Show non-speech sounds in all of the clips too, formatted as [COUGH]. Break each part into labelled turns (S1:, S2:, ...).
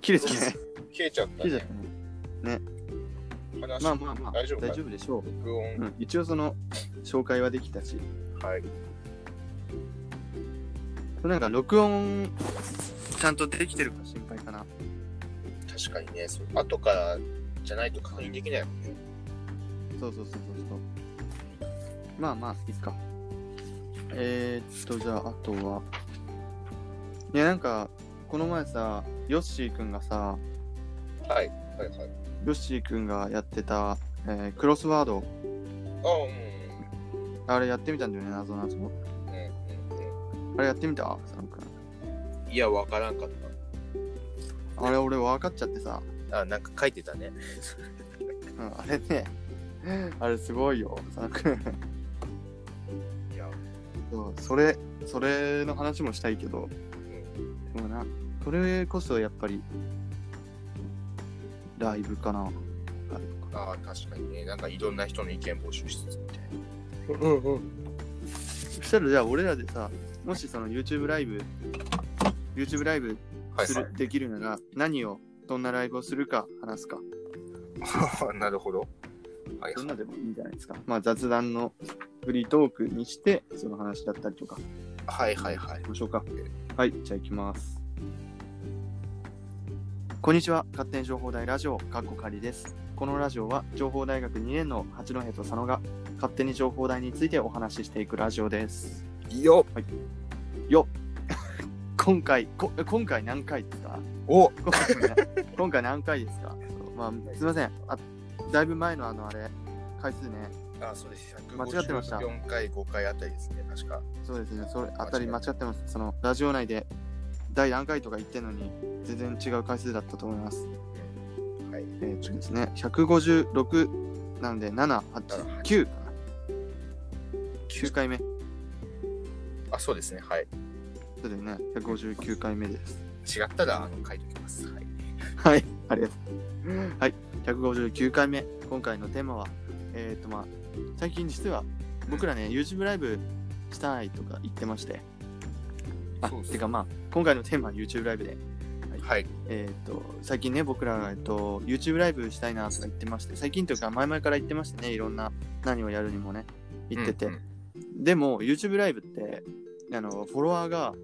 S1: 綺
S2: [LAUGHS]
S1: 麗ですね。
S2: 消えちゃった
S1: 綺麗
S2: ね
S1: だ。ったね。
S2: 話
S1: まあまあまあ、
S2: 大丈夫か
S1: 大丈夫でしょう。
S2: 録
S1: う
S2: 音。
S1: ん、一応その、紹介はできたし。
S2: はい。
S1: なんか録音、ちゃんとできてるか心配かな。
S2: 確かにね、そう後からじゃないと確認できないもんね。
S1: そうそうそうそうそう。まあまあ、いいっすか。えー、っと、じゃあ、あとは。いや、なんか、この前さ、ヨッシーくんがさ、
S2: はい。はいはい。
S1: ヨッシーくんがやってた、えークロスワード、
S2: あうん
S1: あれやってみたんだよね、謎謎。
S2: うんうんうん
S1: あれやってみた佐野くん
S2: うん。いや、わからんかっ
S1: あれ、俺分かっちゃってさ、
S2: た。あ、なんか書いてたね。
S1: うん、あれね、 [LAUGHS] あれすごいよ、佐野くん。
S2: いや、
S1: [LAUGHS] そうそれそれの話もしたいけど、でもなそれこそやっぱりライブかなライブか
S2: あ確かにね、なんかいろんな人の意見募集しつつみたい
S1: うんうんそしたらじゃあ俺らでさもしその YouTube ライブ YouTube ライブ
S2: な。
S1: する、できるなら何をどんなライブをするか話すか
S2: はい。 [LAUGHS] なるほど。はい
S1: ど
S2: はい。
S1: んなでもいいんじゃないですかまあ雑談のフリートークにしてその話だったりとか
S2: はいはいはい。
S1: 行きましょうか。はい、じゃあ行きます。こんにちは、勝手に情報大ラジオ、かっこかりです。このラジオは、情報大学2年の八戸と佐野が、勝手に情報大についてお話ししていくラジオです。
S2: いいよ
S1: よっ今回、こ今回何回ですか [LAUGHS]
S2: お
S1: 今回な今回何回ですかそうまあ、すいません。あだいぶ前のあの、あれ、回数ね。
S2: あ、そうです。
S1: 間違ってました
S2: 4回、5回あたりですね、確か。
S1: そうですね、それ、あたり間違ってます。その、ラジオ内で、第何回とか言ってんのに、全然違う回数だったと思います。
S2: はい。
S1: えー、次ですね、156なんで、7、8、9かな。9回目。そ
S2: あ、そうですね。はい。
S1: うだよね、159回目です。
S2: 違ったら、あの、書いておきます。はい。
S1: はい、ありがとう。はい、159回目。今回のテーマは、えっ、とまあ、最近実は、僕らね、YouTube ライブしたいとか言ってまして。あ、
S2: そうです
S1: てかまあ、今回のテーマは YouTube ライブで。
S2: はい。
S1: えっ、と、最近ね、僕らが、えっと、YouTube ライブしたいなとか言ってまして、最近というか前々から言ってましてね、いろんな何をやるにもね、言ってて。
S2: うんうん
S1: でも YouTube ライブってあのフォロワーが、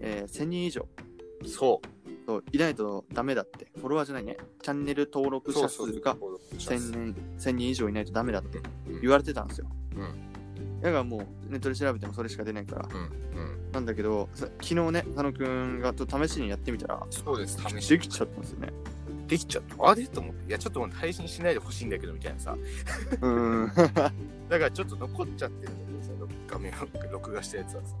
S1: えー1000人以上
S2: そう。
S1: といないとダメだってフォロワーじゃないねチャンネル登録者数が
S2: そうそうそう
S1: 1000人 ,1000 人以上いないとダメだって
S2: うん
S1: 言われてたんですよ、
S2: う
S1: だからもうネットで調べてもそれしか出ないから
S2: うんうん。
S1: なんだけどさ昨日ね佐野くんがと試しにやってみたら
S2: そうです。試し
S1: できちゃったんですよ
S2: [LAUGHS]
S1: ね
S2: できちゃった。あれと思って。いや、ちょっともう配信しないでほしいんだけど、みたいなさ。
S1: うーん
S2: だからちょっと残っちゃってるんだけどさ、画面を録画したやつはさ。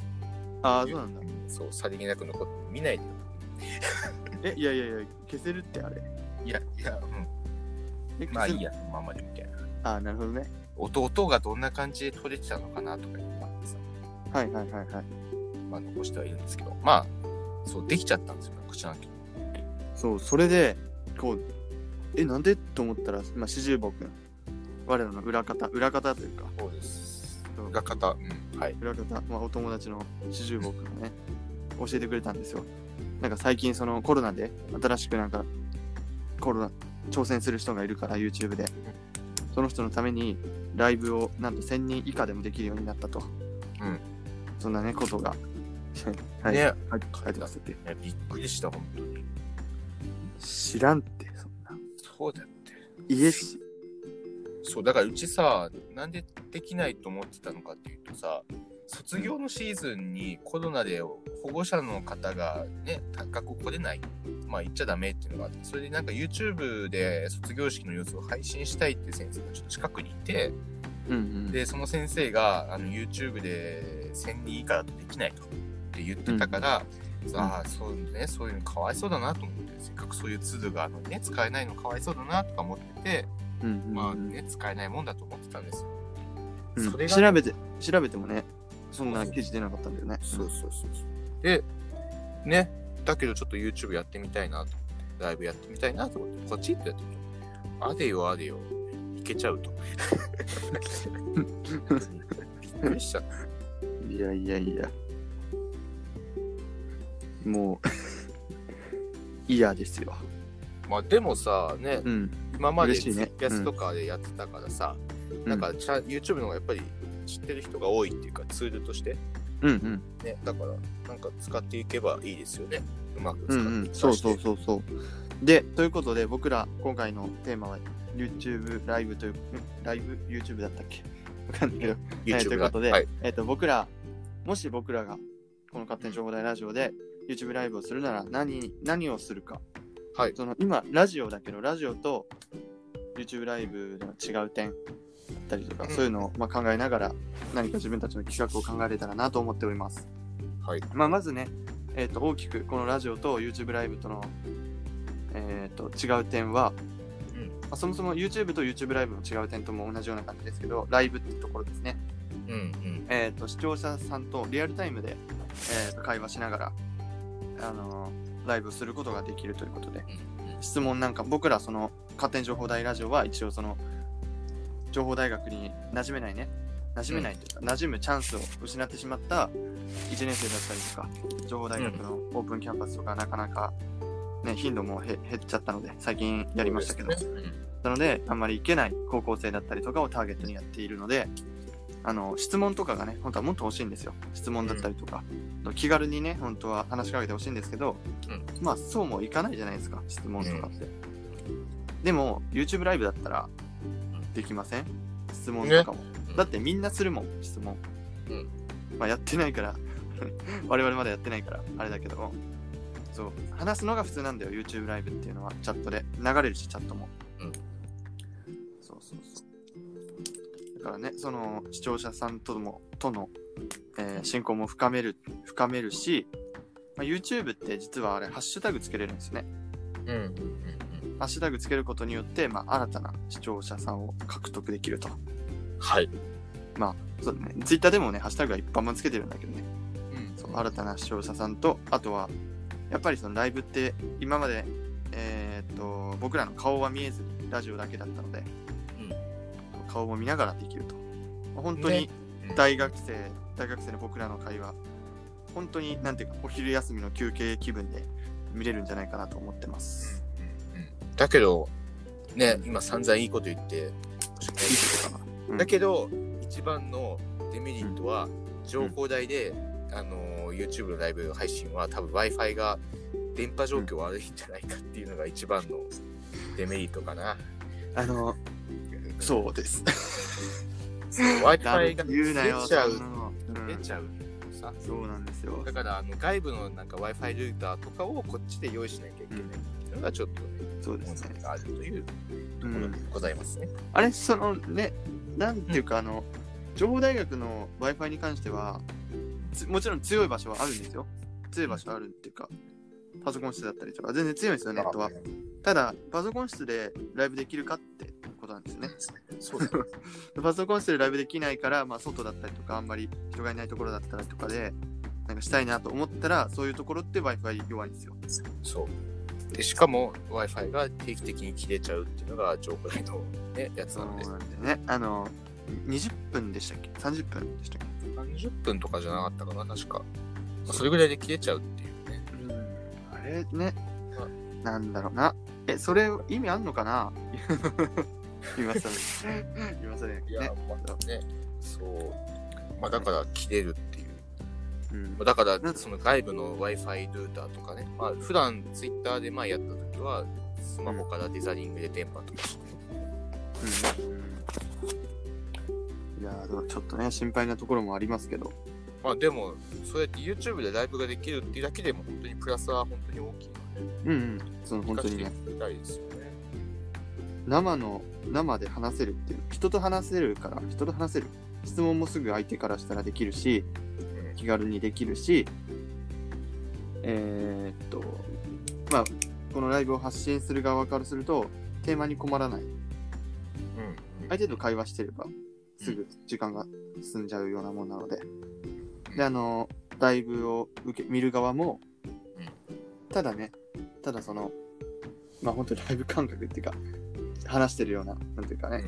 S1: ああそうなんだ
S2: そう、さりげなく残って、見ないでよ。
S1: えいやいやいや消せるってあれ
S2: いや、いや、うん。
S1: え
S2: まあいい
S1: 消せる
S2: や、そのままでみたいな。
S1: あーなるほどね
S2: 音音がどんな感じで撮れてたのかなとかいうのがさ、
S1: はいはいはいはい
S2: まあ残してはいるんですけど、まあ、そう、できちゃったんですよ、こちらの
S1: そう、それで、こう、え、なんでと思ったら、まあ、四十五君、我らの裏方、裏方というか、
S2: そうです。
S1: そう
S2: 裏方、うん、はい。
S1: 裏方、まあ、お友達の四十五君がね、教えてくれたんですよ。なんか最近、そのコロナで、新しくなんか、コロナ、挑戦する人がいるから、YouTube で。その人のために、ライブを、なんと1000人以下でもできるようになったと。
S2: うん。
S1: そんなね、ことが、はい、
S2: ね、
S1: 書い書いてますって。
S2: ねびっくりした、本当に。
S1: 知らんって、そんな。
S2: そうだって。
S1: 家し、
S2: そう、だからうちさ、なんでできないと思ってたのかっていうとさ、卒業のシーズンにコロナで保護者の方がね、学校来れない、まあ行っちゃダメっていうのがあって、それでなんか YouTube で卒業式の様子を配信したいって先生がちょっと近くにいて、
S1: うんうん。
S2: で、その先生があの YouTube で1000人以下だとできないとって言ってたから、さああそうね、そういうのかわいそうだなと思って、せっかくそういうツールがあの、ね、使えないのかわいそうだなとか思ってて、
S1: うんうんうん
S2: まあね、使えないもんだと思ってたんですよ。
S1: うん
S2: それが
S1: 調べて調べてもねそんな記事出なかったんだよね
S2: そうそうそうそう。で、ね、だけどちょっと YouTube やってみたいなと思って、ライブやってみたいなと思って、ポチッとやってみた。あれよあれよ、いけちゃう [LAUGHS] と。びっくりしちゃった。
S1: いやいやいや [LAUGHS] もうイヤーですよ
S2: まあでもさ、ね、
S1: うん。
S2: 今までツ
S1: 嬉しいね
S2: イキャスとかでやってたからさ、なんかちゃん YouTube の方がやっぱり知ってる人が多いっていうかツールとして、
S1: うんうん。
S2: ね、だからなんか使っていけばいいですよね。うまく使っ
S1: う
S2: て
S1: んうん。そうそうそうそう。で、ということで、僕ら今回のテーマは YouTube ライブという、んライブ YouTube だったっけわかんないけど、
S2: YouTube
S1: はいということで
S2: はい。
S1: えっと、僕ら、もし僕らがこの勝手に情報大ラジオで YouTube ライブをするなら何、何をするか。
S2: はい
S1: その今、ラジオだけど、ラジオと YouTube ライブでの違う点だったりとか、
S2: うん
S1: そういうのをまあ考えながら、何か自分たちの企画を考えれたらなと思っております。
S2: はい。
S1: まあ、まずね、えっと大きくこのラジオと YouTube ライブとの、えっと違う点は、
S2: うん
S1: まあ、そもそも YouTube と YouTube ライブの違う点とも同じような感じですけどライブってところですね、
S2: うんうん。
S1: えっと視聴者さんとリアルタイムで、えっと会話しながら、あのーライブすることができるということで質問なんか僕らその勝手に情報大ラジオは一応その情報大学に馴染めないね馴染めないというか、馴染むチャンスを失ってしまった1年生だったりとか情報大学のオープンキャンパスとかなかなか、ね、頻度もへ減っちゃったので最近やりましたけど、
S2: そうですね
S1: なのであんまり行けない高校生だったりとかをターゲットにやっているのであの質問とかがね本当はもっと欲しいんですよ質問だったりとか、気軽にね本当は話しかけてほしいんですけど、
S2: うん
S1: まあそうもいかないじゃないですか質問とかって、でも YouTube ライブだったらできません質問とかも、
S2: うん
S1: だってみんなするもん質問、
S2: うん
S1: まあやってないから [LAUGHS] 我々まだやってないからあれだけどそう話すのが普通なんだよ YouTube ライブっていうのはチャットで流れるしチャットも、
S2: うん
S1: そうそうそうだからねその視聴者さんともとの、えー、進行も深める深めるし、まあ、YouTube って実はあれハッシュタグつけれるんですね
S2: うんうんうんうん
S1: ハッシュタグつけることによって、まあ、新たな視聴者さんを獲得できると。
S2: はい。
S1: そうだね。ツイッターでもね、ハッシュタグは一般もつけてるんだけどね。
S2: うん
S1: そう、新たな視聴者さんと、あとは、やっぱりそのライブって、今まで、えーっと、僕らの顔は見えずに、ラジオだけだったので、顔も見ながらできると。まあ本当に
S2: ねうん
S1: 大学生、大学生の僕らの会話、本当に、なんていうか、お昼休みの休憩気分で見れるんじゃないかなと思ってます。
S2: だけど、ね、今散々いいこと言
S1: [LAUGHS]
S2: って、
S1: うん
S2: だけど、一番のデメリットは、情報代で、あのー、YouTube のライブ配信は多分 Wi-Fi が電波状況悪いんじゃないかっていうのが一番のデメリットかな。
S1: あの、そうです。
S2: Wi-Fi が
S1: 言うなよ。
S2: 出ちゃ
S1: そ
S2: うん
S1: な、のうん
S2: 出ちゃうさ。
S1: そうなんですよ
S2: だ。からあの外部のなんか Wi-Fi ルーターとかをこっちで用意しなきゃいけないっていうのがちょっとね、
S1: そうで
S2: 問
S1: すね
S2: 題。があるというと
S1: う
S2: ころ
S1: ん
S2: で、ございますね。
S1: あれ、そのね、なんていうか、あの、情報大学の Wi-Fi に関しては、つもちろん強い場所はあるんですよ。強い場所はあるっていうか、パソコン室だったりとか、全然強いんですよ、ネットは。ただ、パソコン室でライブできるかってことなんですよね。
S2: そうだね。
S1: [LAUGHS] パソコン室でライブできないから、まあ、外だったりとか、あんまり人がいないところだったりとかで、なんかしたいなと思ったら、そういうところって Wi-Fi 弱いんですよ。
S2: そう。で、しかも Wi-Fi が定期的に切れちゃうっていうのが情報代の、ね、やつ
S1: そ
S2: な
S1: う
S2: ので、
S1: なんですね。あの、20分でしたっけ ?30 分でしたっけ
S2: 30分とかじゃなかったかな、確か。まあそれぐらいで切れちゃうっていうね。
S1: あれね、なんだろうな。え、それ意味あんのかな [LAUGHS] 今
S2: [LAUGHS]
S1: 更。今更や
S2: い
S1: け
S2: や、
S1: どね。
S2: まあね、そう。まあだから切れるっていう。
S1: うん
S2: まあだから
S1: う、ん
S2: その外部の Wi-Fi ルーターとかね、まあ、普段 Twitter でまあやった時は、スマホからデザリングで電波とか、
S1: いやーでもちょっとね、心配なところもありますけど。
S2: まあでも、そうやって YouTube でライブができるっていうだけでも、本当にプラスは本当に大きいので、
S1: うんうん。その本当にね、
S2: 活かしていきたいですよね。
S1: 生の、生で話せるっていう、人と話せるから、人と話せる。質問もすぐ相手からしたらできるし、
S2: うん
S1: 気軽にできるし、えーっと、まあ、このライブを発信する側からすると、テーマに困らない。
S2: うん
S1: ある程度会話してれば、すぐ時間が進んじゃうようなもんなので。で、あの、ライブを受け見る側も、ただね、ただその、まあ本当にライブ感覚っていうか、話してるような、なんていうかね、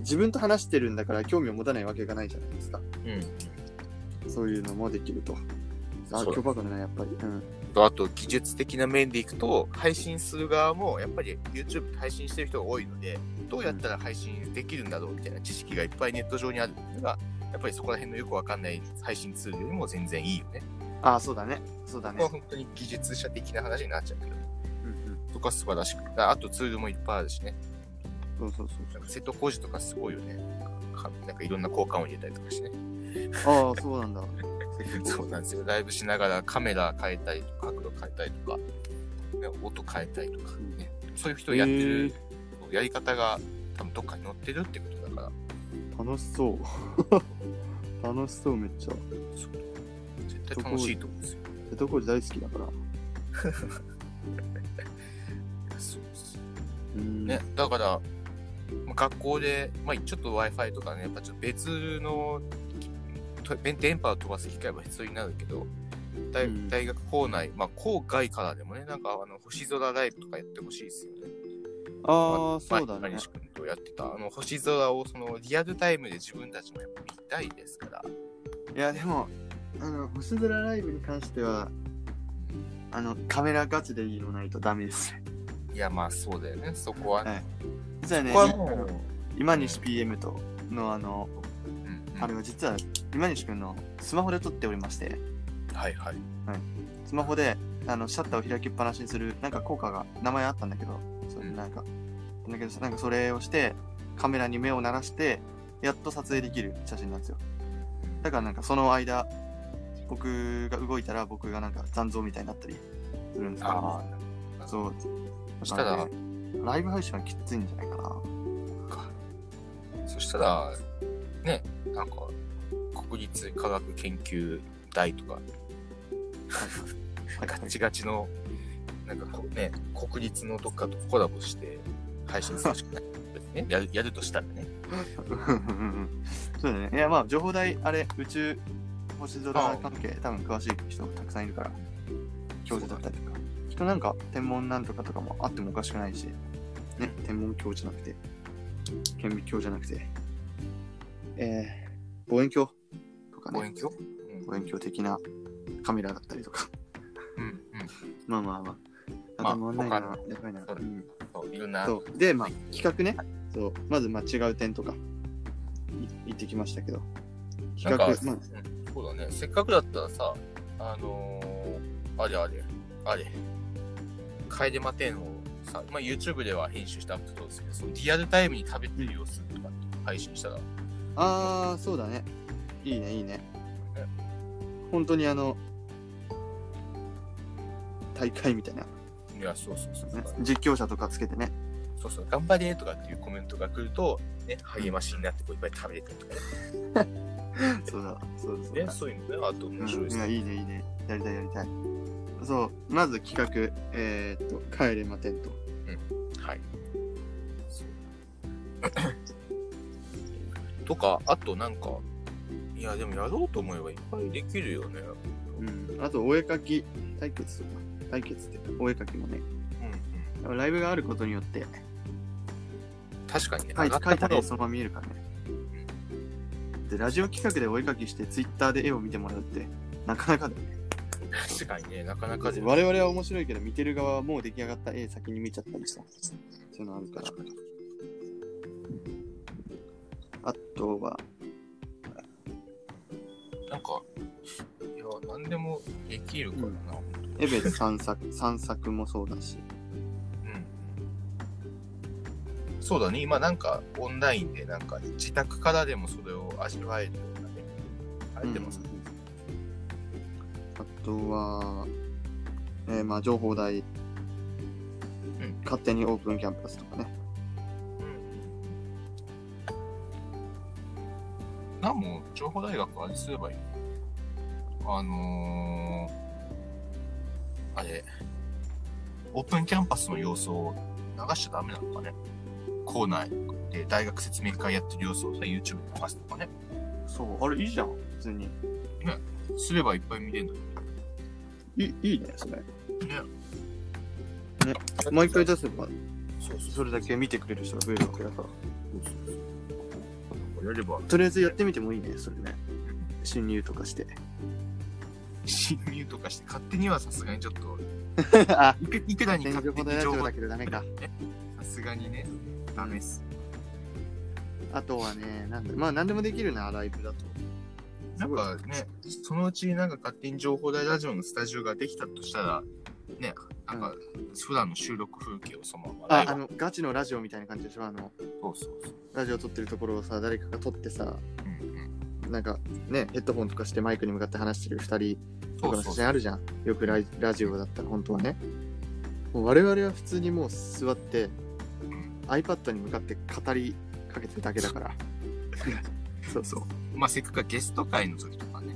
S1: 自分と話してるんだから興味を持たないわけがないじゃないですか。
S2: うん。うん。
S1: そういうのもできると。あ、
S2: そう
S1: 巨爆だね、やっぱり。うん。
S2: とあと技術的な面でいくと配信する側もやっぱり YouTube 配信してる人が多いのでどうやったら配信できるんだろうみたいな知識がいっぱいネット上にあるっていうのがやっぱりそこら辺のよくわかんない配信ツールよりも全然いいよね。
S1: ああ、そうだね。そうだ
S2: ここは
S1: ね。
S2: 本当に技術者的な話になっちゃうけど、
S1: うん
S2: とか素晴らしくてあとツールもいっぱいあるしね。
S1: うん。そうそう
S2: なんか瀬戸康史とかすごいよね。かなんかいろんな交換を入れたりとかしてね。
S1: そう。ああ、そうなんだ。
S2: [LAUGHS] そうなんですよ。ライブしながらカメラ変えたりとか、角度変えたりとか、ね音変えたりとか、ね、そういう人をやって
S1: へ
S2: る、やり方が多分どっかに載ってるってことだから、
S1: 楽しそう。 [LAUGHS] 楽しそう、めっちゃ。
S2: そう絶対楽しいと思うんですよ。
S1: 瀬戸康史大好きだから。
S2: そうです
S1: うん。
S2: ね、だから、まあ学校で、まあ、ちょっと Wi-Fi とかね、やっぱちょっと別のと電電波を飛ばす機会は必要になるけど、大
S1: うん
S2: 大学校内、まあ、校外からでもね、なんかあの星空ライブとかやってほしいですよね。
S1: ああ、そうだ
S2: まあ
S1: ね
S2: 中。西君とやってた、あの、星空をそのリアルタイムで自分たちもやっぱ見たいですから。
S1: いや、でも、あの、星空ライブに関しては、あの、カメラガチでいいのないとダメですね。
S2: いや、まあそうだよね、そこは。
S1: はい実
S2: そ
S1: はね、
S2: こは
S1: あ
S2: も
S1: の
S2: う、
S1: 今西 PM とのあの、
S2: うんうん
S1: あれは実は今西君のスマホで撮っておりまして、
S2: はいはい。
S1: スマホであのシャッターを開きっぱなしにするなんか効果が名前あったんだけどそれ
S2: うん
S1: なんか、だけどなんかそれをしてカメラに目を鳴らしてやっと撮影できる写真なんですよだからなんかその間僕が動いたら僕がなんか残像みたいになったりするんですけど
S2: ああ、う
S1: そう
S2: そしたら
S1: だからねライブ配信はきついんじゃないかな
S2: か。そしたら、ね、なんか、国立科学研究大とか、
S1: はい
S2: ガッチガチの、なんかこうね、国立のどっかとコラボして配信するし
S1: [LAUGHS]
S2: かない。ね、やるやるとしたらね。
S1: そうだね。いや、まあ、情報台、あれ、宇宙、星空関係、多分詳しい人たくさんいるから、教授だったりとか。きっとなんか、天文なんとかとかもあってもおかしくないし、ね、天文教じゃなくて、顕微鏡じゃなくて、えー、望遠鏡とかね、
S2: 望遠鏡
S1: 望遠鏡的なカメラだったりとか。
S2: うん。うんうん。
S1: まあまあま [LAUGHS] あ。
S2: まあ
S1: 頭回んないな、
S2: 他
S1: やばい
S2: そ
S1: な。
S2: うだ
S1: うん
S2: そういろんな、
S1: そう。で、まあ、企画ね。そう。まず、まあ、違う点とか、い行ってきましたけど。
S2: な
S1: 企
S2: んか、
S1: 画
S2: うん、
S1: まあ、
S2: そうだね。せっかくだったらさ、あのーあれあれ、あれ、楓マテンをさ、まあ、YouTube では編集してアップロードするけど、そのリアルタイムに食べてる様子とかって配信したら、
S1: あー、そうだね。いいね、いいね
S2: え。
S1: 本当にあの、大会みたいな、ね。
S2: いや、そうそうそうそう、
S1: 実況者とかつけてね。 [LAUGHS]
S2: そうそう、頑張れとかっていうコメントが来ると、ね、励ましになってこういっぱい食べれたりとか
S1: そうだ、そうだ、
S2: ね、
S1: そう
S2: ね
S1: だ。
S2: そういうのね、あと面白い
S1: うん
S2: で
S1: い
S2: す
S1: や、
S2: ね。
S1: いいね、いいね。やりたい、やりたい。そう、まず企画、えー、っと、帰れまテント。
S2: はい。 [COUGHS] とか、あとなんか、いや、でもやろうと思えばいっぱいできるよね。
S1: うん。あと、お絵かき対決とか、対決って、お絵かきもね。やっぱライブがあることによって、
S2: 確かにね、
S1: 書い
S2: 上が
S1: 書
S2: っ
S1: い
S2: たも
S1: た絵
S2: の
S1: をそのまま見えるからね。で、ラジオ企画でお絵かきして、ツイッターで絵を見てもらうって、なかなかだよね。
S2: 確かにね、なかなかで
S1: 我々は面白いけど、見てる側はもう出来上がった絵先に見ちゃったりさ。そういうのあるから。
S2: 確かに
S1: あとは、
S2: なんか、いや、なんでもできるからな。
S1: エベで散 [LAUGHS] 策、散策もそうだし。
S2: うん。そうだね、今なんかオンラインで、なんか自宅からでもそれを味わえるようなね、あれでもさ、
S1: うんあとは、えーまあ、情報台、勝手にオープンキャンパスとかね。
S2: なんも情報大学あれすればいいあのー、あれオープンキャンパスの様子を流しちゃダメなのかね校内で大学説明会やってる様子をさ YouTube に流すとかね
S1: そう、あれいいじゃん、普通に。
S2: すればいっぱい見れるのに
S1: いいいいね、それ。
S2: ね
S1: ね毎回出せば、
S2: そうそう
S1: それだけ見てくれる人が増えるわけだから。
S2: やれば [LAUGHS]
S1: とりあえずやってみてもいいね、それね。侵入とかして。
S2: 侵入とかして、勝手にはさすがにちょっと、
S1: [LAUGHS] [LAUGHS] あ、
S2: いくいくらに
S1: 天
S2: 勝
S1: 井
S2: 手
S1: ほど
S2: に
S1: や
S2: 情
S1: つ
S2: 報
S1: だけどダメか。
S2: さすがにね、ダメっす。
S1: あとはね、なんだまあ何でもできるな、ライブだと。
S2: なんかね、そのうちなんか勝手に情報大ラジオのスタジオができたとしたら、ね、なんか普段の収録風景をそのままライ
S1: あ、
S2: ブ
S1: あの、ガチのラジオみたいな感じでしょあの、
S2: そうそうそう。
S1: ラジオ撮ってるところをさ、誰かが撮ってさ、
S2: うんうん
S1: なんかね、ヘッドホンとかしてマイクに向かって話してる2人と
S2: そ
S1: か
S2: う
S1: の
S2: そ
S1: 写
S2: うそ
S1: 真
S2: う
S1: あるじゃん。よくライラジオだったら本当はね。もう我々は普通にもう座って、iPad に向かって語りかけてるだけだ [LAUGHS] から。そう
S2: そ
S1: そうう。
S2: まあせっかくゲスト会の時とかね、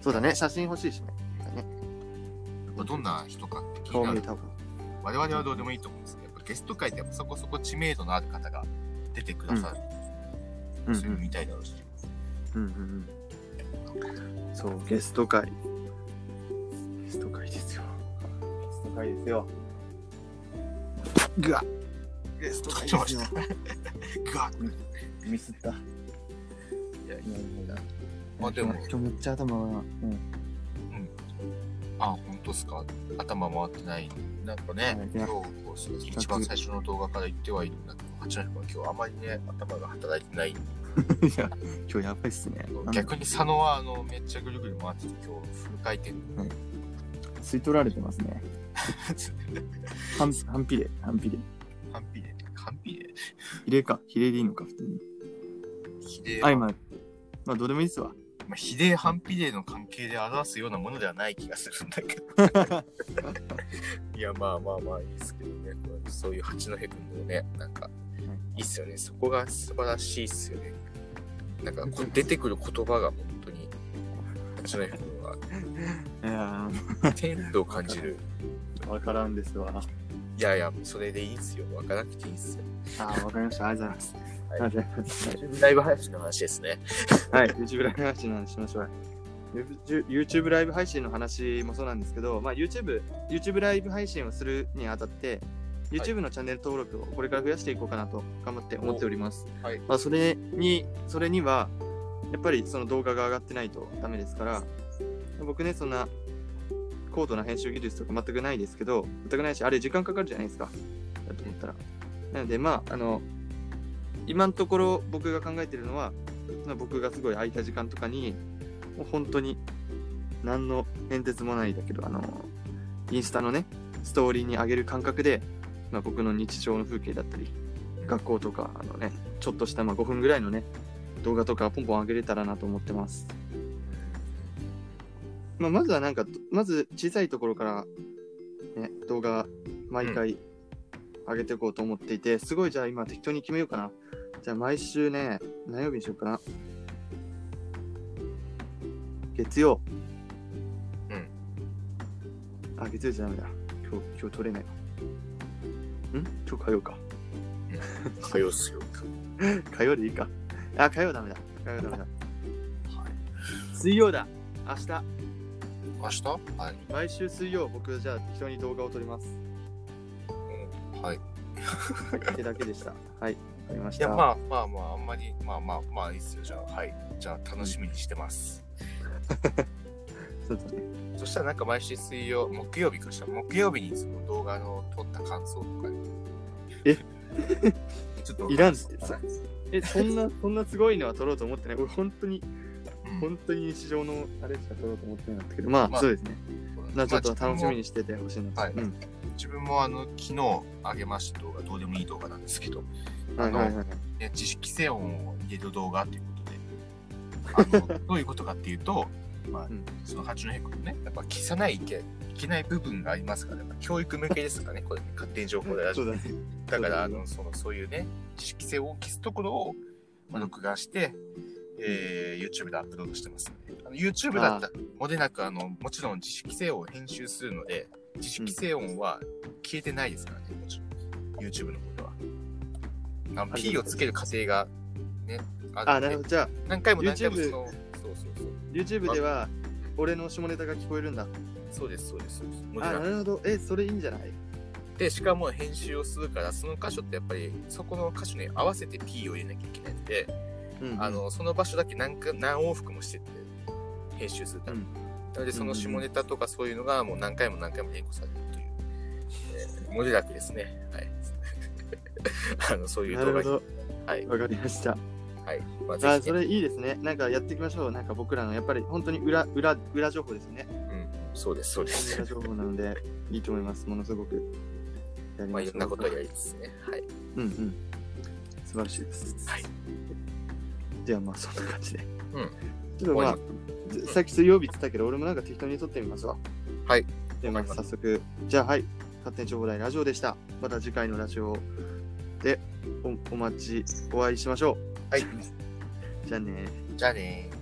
S1: そうだね、写真欲しいしね。
S2: どんな人かって気に
S1: 顔
S2: な
S1: 見
S2: る。
S1: た分。
S2: 我々はどうでもいいと思うんですけど、やっぱゲスト会ってやっぱそこそこ知名度のある方が出てくださる、
S1: うんう
S2: そういうんみたいだろうし。
S1: うんうんうん。そう、ゲスト会。ゲスト会ですよ。ゲスト会ですよ。ぐわゲスト
S2: [LAUGHS]
S1: 会
S2: ちょっと
S1: ですよ
S2: 待。ってガッ
S1: ミスった。いや、今の
S2: まあでも
S1: 今日めっちゃ頭が。 [LAUGHS] うん。
S2: あ、本当ですか頭回ってない。なんかね、
S1: はい
S2: 今日こうそう一番最初の動画から言ってはいるんだけど、八戸君は今日あまりね、頭が働いてない。
S1: いや、今日やばいっすね。
S2: 逆に佐野はあのめっちゃぐるぐる回ってて、今日フル回転。
S1: 吸い取られてますね。半半比例、半比例。
S2: 完璧で、完璧で。
S1: 比例か、比例でいいのか、普通に。
S2: ひでえ
S1: あ、今、まあ、どうでもいいっすわ。
S2: まあ、比例反比例の関係で表すようなものではない気がするんだけど。 [LAUGHS] いや、まあまあまあいいですけどね。こうそういう八戸君のね、なんか、いいっすよね。そこが素晴らしいっすよね。なんか、こう出てくる言葉が本当に、八戸君はい
S1: や
S2: 天度を感じる。
S1: ー、わからんですわ。
S2: いやいや、それでいいっすよ。わからなくていいっすよ。
S1: ああ、わかりました。ありがとうございます。
S2: はい
S1: ありがとうございます。
S2: ライブ配信の話ですね。
S1: はい、YouTube ライブ配信の話しましょう。YouTube YouTube ライブ配信の話もそうなんですけど、まあ、YouTube, YouTube ライブ配信をするにあたって、YouTube のチャンネル登録をこれから増やしていこうかなと頑張って思っております。
S2: おはい
S1: まあ、それに、それには、やっぱりその動画が上がってないとダメですから、僕ね、そんな高度な編集技術とか全くないですけど、全くないし、あれ時間かかるじゃないですか。だと思ったら。なので、まあ、あの、今のところ僕が考えてるのは、まあ僕がすごい空いた時間とかに、もう本当に何の変哲もないだけど、あの、インスタのね、ストーリーに上げる感覚で、まあ、僕の日常の風景だったり、学校とか、あのね、ちょっとしたまあ5分ぐらいのね、動画とかポンポン上げれたらなと思ってます。まあ、まずはなんか、まず小さいところから、ね、動画毎回上げていこうと思っていて、すごいじゃあ今適当に決めようかな。じゃあ毎週ね、何曜日にしようかな。月曜。
S2: うん。
S1: あ、月曜じゃダメだ。今日、今日取れないわ。ん今日火曜か。
S2: 火曜っすよ。
S1: 火曜でいいか。あ、火曜ダメだ。火曜ダメだ。水曜だ。明日。
S2: 明日はい。
S1: 毎週水曜、僕じゃあ適当に動画を撮り [LAUGHS] ます。
S2: はい。
S1: ってだけでした。はい、わかりまし
S2: いや、
S1: た。
S2: まあまあまあ、あんまり、まあまあまあ、いいっすよ。じゃあ、はい。じゃあ、楽しみにしてます。
S1: そうだね。
S2: そしたら、なんか毎週水曜、木曜日かしら、木曜日にその動画の撮った感想とか、
S1: え
S2: [LAUGHS] ちょっと、
S1: いらんっすえ、そん [LAUGHS] な、そんなすごいのは撮ろうと思ってない。俺、本当に、
S2: うん
S1: 本当に日常のあれしか撮ろうと思ってなかったけど、まあ、
S2: まあ
S1: そうですね。
S2: ま
S1: な
S2: あ
S1: ちょっと楽
S2: 自
S1: しみ
S2: 分も
S1: にしててほしいなと。
S2: はい
S1: うん。
S2: 自分もあの昨日あげました動画、どうでもいい動画なんですけど、
S1: はいはいはい。
S2: ね知識性音を入れる動画ということ
S1: [LAUGHS]
S2: で、あのどういうことかっていうと、まあ
S1: うん
S2: その八戸君のね、やっぱ消さないけいけない部分がありますから、やっぱ教育向けですからね、これ、勝手に情報で
S1: そうだね。
S2: だから、あ
S1: そうだね
S2: のそのそういうね、知識性を消すところを、まあ、録画して、えー YouTube でアップロードしてますので、あの YouTube だったら、もれなくあの、もちろん知識性を編集するので、知識性音は消えてないですからね、もちろん、YouTube のことは。あの
S1: ありがとうございます
S2: P をつける過程が、ね、あるの
S1: あ、なる
S2: で
S1: ほど。じゃあ、
S2: 何回も何回も
S1: YouTube
S2: その、そうそうそう。
S1: YouTube では、俺の下ネタが聞こえるんだ。
S2: そうです、そうです。そうですもち
S1: あ、
S2: ろ
S1: なんるほど。え、それいいんじゃない
S2: で、しかも編集をするから、その箇所ってやっぱり、そこの箇所に合わせて P を入れなきゃいけないので、
S1: うん。
S2: あのその場所だけ何か何往復もしてって編集するため、
S1: うん
S2: なので、その下ネタとかそういうのがもう何回も何回も連呼されるという、えー、文字だけですね。はい。 [LAUGHS] あの、そういう
S1: な
S2: 動
S1: る
S2: 画
S1: ほど。
S2: はい。
S1: わかりました。
S2: はい。まあ、
S1: あ、
S2: ぜひ
S1: そ
S2: ね、
S1: れいいですね。なんかやっていきましょう。なんか僕らの、やっぱり本当に裏、裏、裏情報ですよね。
S2: そうです、そうです。
S1: 裏情報なの
S2: [LAUGHS]
S1: で、いいと思います。ものすごく。
S2: ま
S1: やり
S2: あ、
S1: ま
S2: い
S1: し
S2: ろ
S1: ょうん
S2: なことやりつつね。はい。
S1: うんうん。素晴らしいです。
S2: はい。
S1: ではまあそんな感じで。
S2: うん。
S1: ちょっとまあ、ずさっき水曜日って言ったけど、俺もなんか適当に撮ってみますわ。
S2: はい。
S1: ではまあ早速、じゃあはい、勝手に情報大ラジオでした。また次回のラジオでおお待ち、お会いしましょ
S2: はい。
S1: う。じゃあね
S2: じゃあねー。